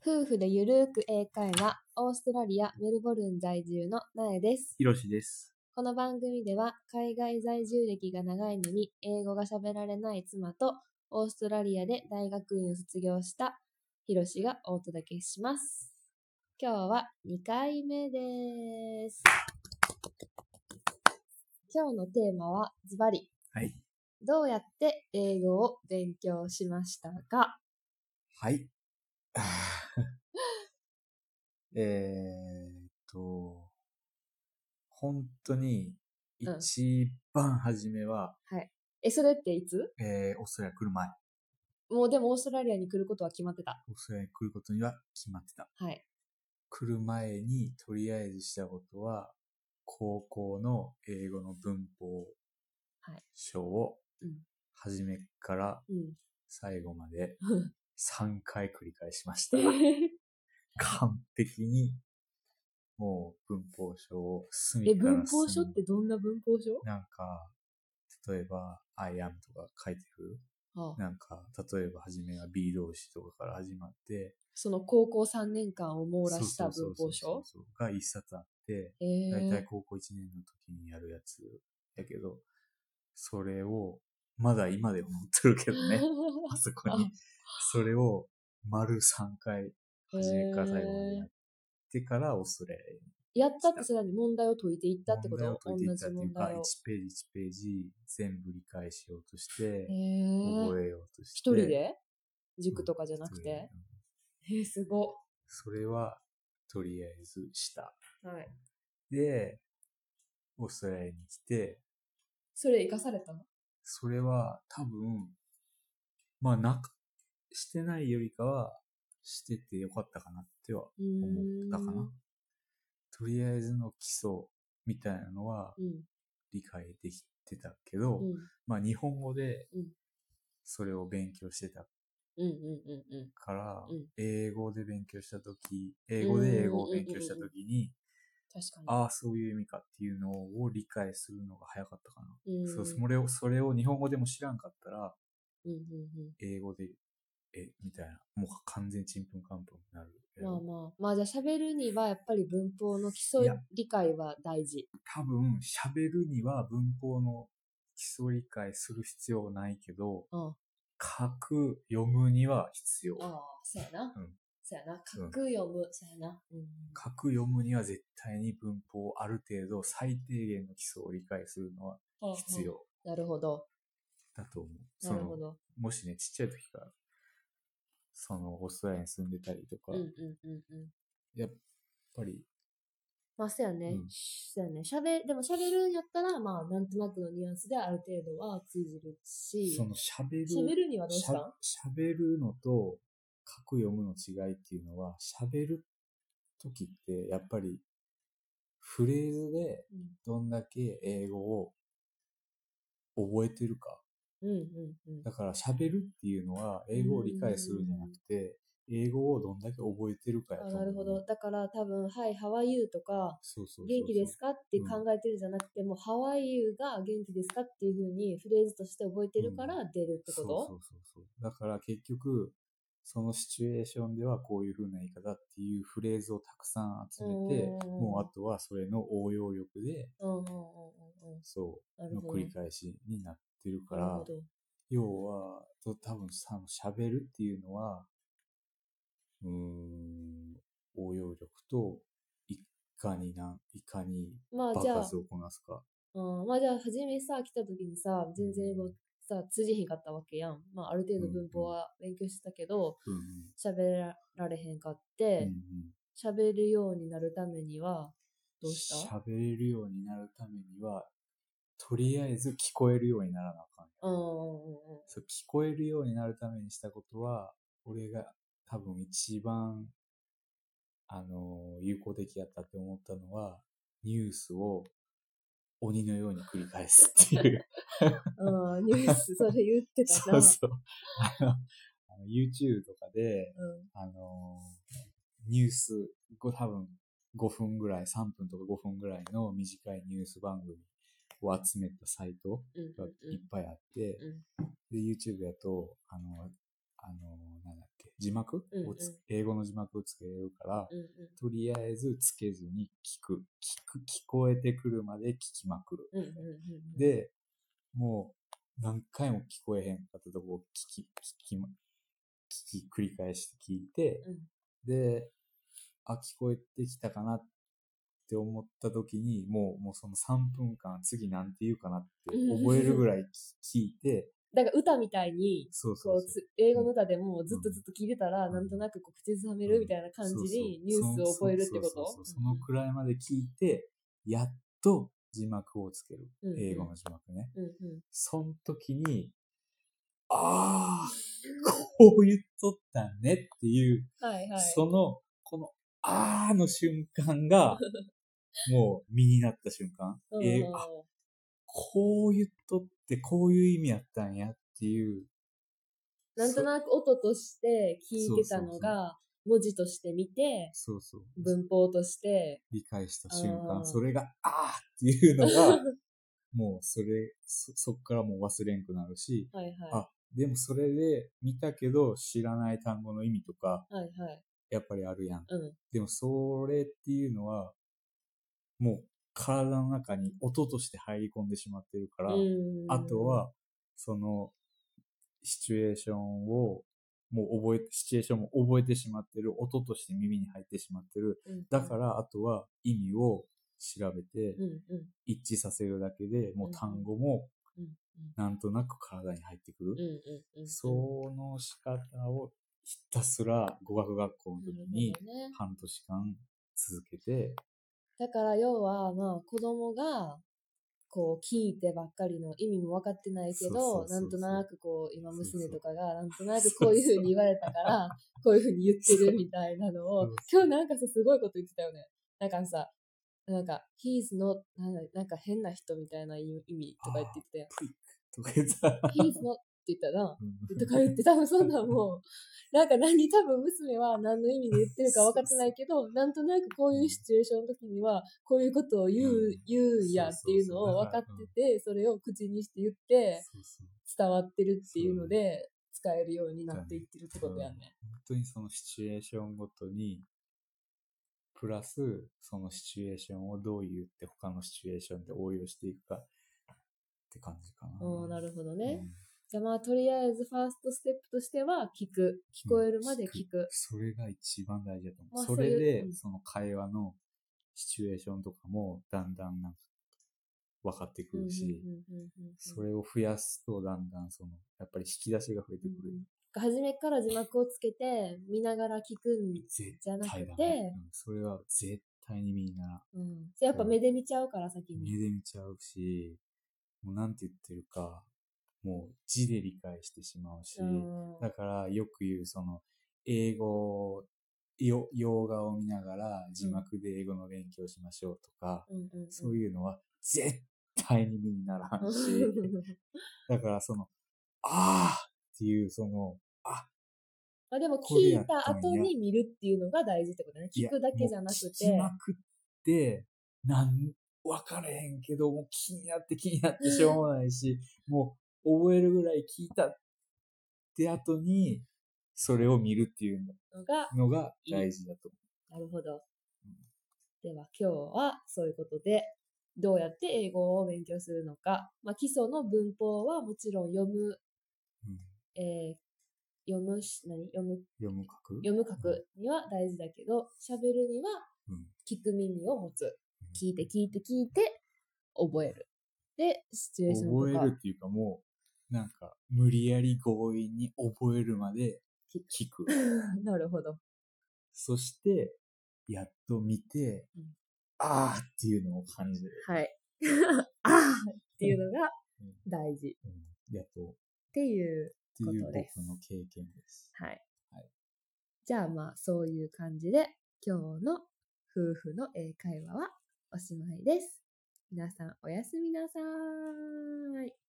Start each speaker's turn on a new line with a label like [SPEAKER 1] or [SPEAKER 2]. [SPEAKER 1] 夫婦でゆるーく英会話、オーストラリア・メルボルン在住のなえです。
[SPEAKER 2] ひろしです。
[SPEAKER 1] この番組では、海外在住歴が長いのに、英語が喋られない妻と、オーストラリアで大学院を卒業したひろしがお届けします。今日は2回目です。今日のテーマはズバリ、
[SPEAKER 2] はい。
[SPEAKER 1] どうやって英語を勉強しましたか
[SPEAKER 2] はい。 えーっと、本当に、
[SPEAKER 1] うん
[SPEAKER 2] 一番初めは、
[SPEAKER 1] え、それっていつ
[SPEAKER 2] えー、オーストラリア来る前、
[SPEAKER 1] もうでもオーストラリアに来ることは決まってた。
[SPEAKER 2] オーストラリアに来ることには決まってた。
[SPEAKER 1] はい。
[SPEAKER 2] 来る前に、とりあえずしたことは、高校の英語の文法
[SPEAKER 1] はい
[SPEAKER 2] 書を
[SPEAKER 1] うん、
[SPEAKER 2] 初めから
[SPEAKER 1] うん。
[SPEAKER 2] 最後まで
[SPEAKER 1] うん
[SPEAKER 2] 3回繰り返しました。完璧に、もう文法書を隅
[SPEAKER 1] え、
[SPEAKER 2] から
[SPEAKER 1] 文法書
[SPEAKER 2] 隅
[SPEAKER 1] ってどんな文法書
[SPEAKER 2] なんか、例えば、I am とか書いてくる。
[SPEAKER 1] ああ
[SPEAKER 2] なんか、例えば、初めは B 動詞とかから始まって、
[SPEAKER 1] その高校3年間を網羅した
[SPEAKER 2] そ
[SPEAKER 1] 文
[SPEAKER 2] うそう
[SPEAKER 1] 法
[SPEAKER 2] そ
[SPEAKER 1] 書
[SPEAKER 2] うそうが一冊あって、
[SPEAKER 1] え
[SPEAKER 2] だいたい
[SPEAKER 1] ー、
[SPEAKER 2] 高校1年の時にやるやつやけど、それを、まだ今でも持ってるけどね、あそこに。それを、丸3回、初めから最後までやってから、オーストラリアに
[SPEAKER 1] やったってさらに問題を解いていったってこ
[SPEAKER 2] 問題を
[SPEAKER 1] と
[SPEAKER 2] 解
[SPEAKER 1] 同
[SPEAKER 2] いていった
[SPEAKER 1] じ
[SPEAKER 2] ってい
[SPEAKER 1] 問
[SPEAKER 2] うか、
[SPEAKER 1] 題を。
[SPEAKER 2] 1ページ1ページ全部理解しようとして
[SPEAKER 1] え、ー、
[SPEAKER 2] 覚えようとして。
[SPEAKER 1] 一人で塾とかじゃなく
[SPEAKER 2] 一人で
[SPEAKER 1] て。えー、すご
[SPEAKER 2] それは、とりあえずした。
[SPEAKER 1] っ。はい。
[SPEAKER 2] で、オーストラリアに来て、
[SPEAKER 1] それ生かされたの
[SPEAKER 2] それは多分、まあ、なく、してないよりかは、しててよかったかなっては
[SPEAKER 1] うーん
[SPEAKER 2] 思ったかな。とりあえずの基礎みたいなのは
[SPEAKER 1] うん。
[SPEAKER 2] 理解できてたけど、
[SPEAKER 1] うん。
[SPEAKER 2] まあ日本語で
[SPEAKER 1] うん
[SPEAKER 2] それを勉強してた
[SPEAKER 1] うんうんうんうん。
[SPEAKER 2] から、
[SPEAKER 1] うん
[SPEAKER 2] 英語で勉強したとき、英語で英語を勉強したときに、
[SPEAKER 1] 確か
[SPEAKER 2] ああ、そういう意味かっていうのを理解するのが早かったかな。
[SPEAKER 1] に。うん。
[SPEAKER 2] そう、それを、それを日本語でも知らんかったら、
[SPEAKER 1] うんうん
[SPEAKER 2] 英語で、え、みたいな、もう完全ちんぷんかんぷんになる
[SPEAKER 1] う
[SPEAKER 2] け
[SPEAKER 1] ん。まあ
[SPEAKER 2] ど。
[SPEAKER 1] まあ。まあじゃあ喋るにはやっぱり文法の基礎
[SPEAKER 2] いや
[SPEAKER 1] 理解は大事。
[SPEAKER 2] 多分、喋るには文法の基礎理解する必要ないけど、
[SPEAKER 1] うん。
[SPEAKER 2] 書く、読むには必要。
[SPEAKER 1] ああ、そうやな。
[SPEAKER 2] うん
[SPEAKER 1] そうやな。書く、読む、そうやな。うん。
[SPEAKER 2] 書く読むには絶対に文法をある程度最低限の基礎を理解するのは
[SPEAKER 1] ほうほう
[SPEAKER 2] 必。要
[SPEAKER 1] なるほど。
[SPEAKER 2] だと思う。
[SPEAKER 1] な
[SPEAKER 2] そ
[SPEAKER 1] るほ
[SPEAKER 2] の
[SPEAKER 1] ど。
[SPEAKER 2] もしね、ちっちゃい時から、そのオーストラリアに住んでたりとか、
[SPEAKER 1] うんうんうんうん。
[SPEAKER 2] やっぱり、
[SPEAKER 1] まあ、そうやね。
[SPEAKER 2] うん
[SPEAKER 1] そうやね。喋、でも喋るんやったら、まあ、なんとなくのニュアンスである程度は通じるし
[SPEAKER 2] そ、の喋
[SPEAKER 1] 喋
[SPEAKER 2] る、
[SPEAKER 1] るにはどうしたん
[SPEAKER 2] 喋るのと書く読むの違いっていうのは、喋る時ってやっぱりフレーズで
[SPEAKER 1] うん
[SPEAKER 2] どんだけ英語を覚えてるか
[SPEAKER 1] うんうんうん
[SPEAKER 2] だ。から喋るっていうのは英語を理解するんじゃなくて、英語をどんだけ覚えてるかやと
[SPEAKER 1] あ
[SPEAKER 2] 思う。
[SPEAKER 1] なるほど。だから多分、はい、ハワイユーとか、
[SPEAKER 2] そうそうそうそう。
[SPEAKER 1] 元気ですかって考えてるんじゃなくて、もうハワイユーが元気ですかっていうふうにフレーズとして覚えてるから出るってこ
[SPEAKER 2] そう
[SPEAKER 1] と、
[SPEAKER 2] そうそうそう。だから結局、そのシチュエーションではこういう風な言い方っていうフレーズをたくさん集めて、
[SPEAKER 1] うん
[SPEAKER 2] もうあとはそれの応用力で、
[SPEAKER 1] うんうんうんうんうん。
[SPEAKER 2] そ
[SPEAKER 1] な
[SPEAKER 2] う、
[SPEAKER 1] る
[SPEAKER 2] の
[SPEAKER 1] ほど。
[SPEAKER 2] 繰り返しになってるか
[SPEAKER 1] なる
[SPEAKER 2] ら
[SPEAKER 1] ほ、ど。
[SPEAKER 2] 要は、と多分さ、喋るっていうのは、うーん、応用力と、いかになん、いかに
[SPEAKER 1] まあ
[SPEAKER 2] 場
[SPEAKER 1] じゃあ
[SPEAKER 2] 数、をこなすか。
[SPEAKER 1] うん、まあじゃあ初めさ来た時にさ全然英語さ通じひんかったわけやん、まあ、ある程度文法は勉強してたけど
[SPEAKER 2] うん
[SPEAKER 1] 喋、られへんかっ
[SPEAKER 2] うん。う
[SPEAKER 1] て
[SPEAKER 2] ん
[SPEAKER 1] 喋、るようになるためには
[SPEAKER 2] うん
[SPEAKER 1] どうした、
[SPEAKER 2] 喋れるようになるためには、とりあえず聞こえるようにならなあかん。
[SPEAKER 1] うんうんうんうん
[SPEAKER 2] そう、聞こえるようになるためにしたことは、俺が多分一番、あの、有効的やったって思ったのは、ニュースを鬼のように繰り返すっていう。
[SPEAKER 1] あーニュースそれ言ってた
[SPEAKER 2] そ
[SPEAKER 1] な
[SPEAKER 2] うそう。あの、あの YouTube とかで、
[SPEAKER 1] うん
[SPEAKER 2] あのーニュース、ご多分5分ぐらい、3分とか5分ぐらいの短いニュース番組を集めたサイト
[SPEAKER 1] うんう
[SPEAKER 2] が
[SPEAKER 1] ん
[SPEAKER 2] いっぱいあって、
[SPEAKER 1] うん
[SPEAKER 2] で、YouTube だと、あの、あのーなんだっけ、字幕
[SPEAKER 1] うんうん
[SPEAKER 2] をつ、英語の字幕をつけれるから、
[SPEAKER 1] うんうん。
[SPEAKER 2] とりあえずつけずに聞く。聞く、聞こえてくるまで聞きまくる。
[SPEAKER 1] うんうんうんうん。
[SPEAKER 2] で、もう何回も聞こえへんかったとこを聞き、聞きま、聞き、繰り返して聞いて、
[SPEAKER 1] うん
[SPEAKER 2] で、あ、聞こえてきたかなって思った時に、もう、もうその3分間次なんて言うかなって覚えるぐらい聞聞いて、
[SPEAKER 1] だから歌みたいに、
[SPEAKER 2] そうそ
[SPEAKER 1] こ
[SPEAKER 2] う
[SPEAKER 1] う
[SPEAKER 2] そう。
[SPEAKER 1] つ、英語の歌でもずっとずっと聞いてたら、なんとなくこう口ずさめるみたいな感じにニュースを覚えるってこ
[SPEAKER 2] そう
[SPEAKER 1] と
[SPEAKER 2] そうそうそうそのくらいまで聞いて、やっと字幕をつける。
[SPEAKER 1] うんうん
[SPEAKER 2] 英語の字幕ね。
[SPEAKER 1] うんうん。
[SPEAKER 2] その時に、ああ、こう言っとったねっていう、
[SPEAKER 1] はいはい。
[SPEAKER 2] その、この、ああの瞬間 が、もう身になった瞬間。
[SPEAKER 1] うん
[SPEAKER 2] えーあ、こう言っとって、こういう意味やったんやっていう、
[SPEAKER 1] なんとなく音として聞いてたのが、文字として見て、
[SPEAKER 2] そうそう、
[SPEAKER 1] 文法として、
[SPEAKER 2] 理解した瞬
[SPEAKER 1] あー
[SPEAKER 2] 間、それが、ああっていう のが、もうそれ、そ、そっからもう忘れんくなるし、
[SPEAKER 1] はいはい。
[SPEAKER 2] あでもそれで見たけど知らない単語の意味とか、
[SPEAKER 1] はいはい。
[SPEAKER 2] やっぱりあるやん。
[SPEAKER 1] うん。
[SPEAKER 2] でもそれっていうのは、もう体の中に音として入り込んでしまってるから、
[SPEAKER 1] うん、
[SPEAKER 2] あと、は、その、シチュエーションを、もう覚え、シチュエーションも覚えてしまってる、音として耳に入ってしまってる。だからら、あとは意味を調べて
[SPEAKER 1] う、んうん
[SPEAKER 2] 一致させるだけで、もう単語も
[SPEAKER 1] うん
[SPEAKER 2] なんとなく体に入ってくる
[SPEAKER 1] うん。うんうん。
[SPEAKER 2] その仕方をひたすら語学学校の
[SPEAKER 1] なる
[SPEAKER 2] 時
[SPEAKER 1] ほ
[SPEAKER 2] に
[SPEAKER 1] どね。
[SPEAKER 2] 半年間続けて、
[SPEAKER 1] だから要は、まあ子供が、こう聞いてばっかりの意味も分かってないけ
[SPEAKER 2] そ
[SPEAKER 1] ど、
[SPEAKER 2] うそうそうそう
[SPEAKER 1] なんとなくこう、今娘とかが、なんとな
[SPEAKER 2] そう
[SPEAKER 1] くこういうふうに言われたから、こういうふうに言ってるみたいなのを
[SPEAKER 2] そう、
[SPEAKER 1] 今日なんかさ、すごいこと言ってたよね。なんかさ、なんか、he's not, なんだなんか変な人みたいな意味とか言ってた よ。
[SPEAKER 2] プリックとか言ったら
[SPEAKER 1] he's not って言ったら、とか言って、多分そんなんもう、なんか何、多分娘は何の意味で言ってるか分かってないけど、なんとなくこういうシチュエーションの時には、こういうことを言う、
[SPEAKER 2] うん
[SPEAKER 1] 言うんやっていうのを分かってて、それを口にして言って、
[SPEAKER 2] そうそう
[SPEAKER 1] 伝わってるっていうので、使えるようになっていってるってことやね。
[SPEAKER 2] 本当にそのシチュエーションごとに、プラス、そのシチュエーションをどう言って他のシチュエーションで応用していくかって感じかな。
[SPEAKER 1] うん、なるほどね。
[SPEAKER 2] うん
[SPEAKER 1] じゃあまあ、とりあえずファーストステップとしては、聞く。聞こえるまで聞く。
[SPEAKER 2] それが一番大事だと思う。
[SPEAKER 1] まあ
[SPEAKER 2] それ
[SPEAKER 1] そうい
[SPEAKER 2] で、
[SPEAKER 1] ううん
[SPEAKER 2] その会話のシチュエーションとかも、だんだんなんか、分かってく
[SPEAKER 1] うんうん
[SPEAKER 2] るし、
[SPEAKER 1] うんうんうんうん
[SPEAKER 2] それを増やすと、だんだんその、やっぱり引き出しが増えてくる。
[SPEAKER 1] 初めから字幕をつけて、見ながら聞くん
[SPEAKER 2] 絶
[SPEAKER 1] じゃなく
[SPEAKER 2] 対だ
[SPEAKER 1] て
[SPEAKER 2] ね。、うんそれは絶対にみんな、
[SPEAKER 1] うん。それやっぱ目で見ちゃうから、先
[SPEAKER 2] 目
[SPEAKER 1] に。
[SPEAKER 2] で見ちゃうし、もうなんて言ってるか、もう字で理解してしまうし、
[SPEAKER 1] うん
[SPEAKER 2] だからよく言うその英語をよ洋画を見ながら字幕で英語の勉強しましょうとか、
[SPEAKER 1] うんうんうん、
[SPEAKER 2] そういうのは絶対に身にならんし、だからその、ああっていうその、
[SPEAKER 1] まあでも
[SPEAKER 2] こ
[SPEAKER 1] 聞
[SPEAKER 2] れや
[SPEAKER 1] い
[SPEAKER 2] ったんや
[SPEAKER 1] た後に見るっていうのが大事ってことね。聞くだけじゃなくて。
[SPEAKER 2] いやもう聞きまくって、なん、わかれへんけど、もう気になって気になってしょうもないし、もう覚えるぐらい聞いたって後に、それを見るっていう
[SPEAKER 1] のが、
[SPEAKER 2] のが大事だと
[SPEAKER 1] なるほど。では今日はそういうことで、どうやって英語を勉強するのか。まあ基礎の文法はもちろん読む、
[SPEAKER 2] 思う。
[SPEAKER 1] えー読むし、何読む、
[SPEAKER 2] 読む書く
[SPEAKER 1] 読む書くには大事だけど、喋るには
[SPEAKER 2] うん
[SPEAKER 1] 聞く耳を持つ。聞いて聞いて聞いて、覚える。で、シチュエーションとか。
[SPEAKER 2] 覚えるっていうかもう、なんか、無理やり強引に覚えるまで聞く。
[SPEAKER 1] なるほど。
[SPEAKER 2] そして、やっと見て
[SPEAKER 1] うん、
[SPEAKER 2] ああっていうのを感じる。
[SPEAKER 1] はい。 ああっていうのが大事っ
[SPEAKER 2] うん、やっと
[SPEAKER 1] ていう。
[SPEAKER 2] っていう
[SPEAKER 1] ことです
[SPEAKER 2] 僕の経験です。
[SPEAKER 1] はい。
[SPEAKER 2] はい
[SPEAKER 1] じゃあまあそういう感じで今日の夫婦の英会話はおしまいです。皆さんおやすみなさーい。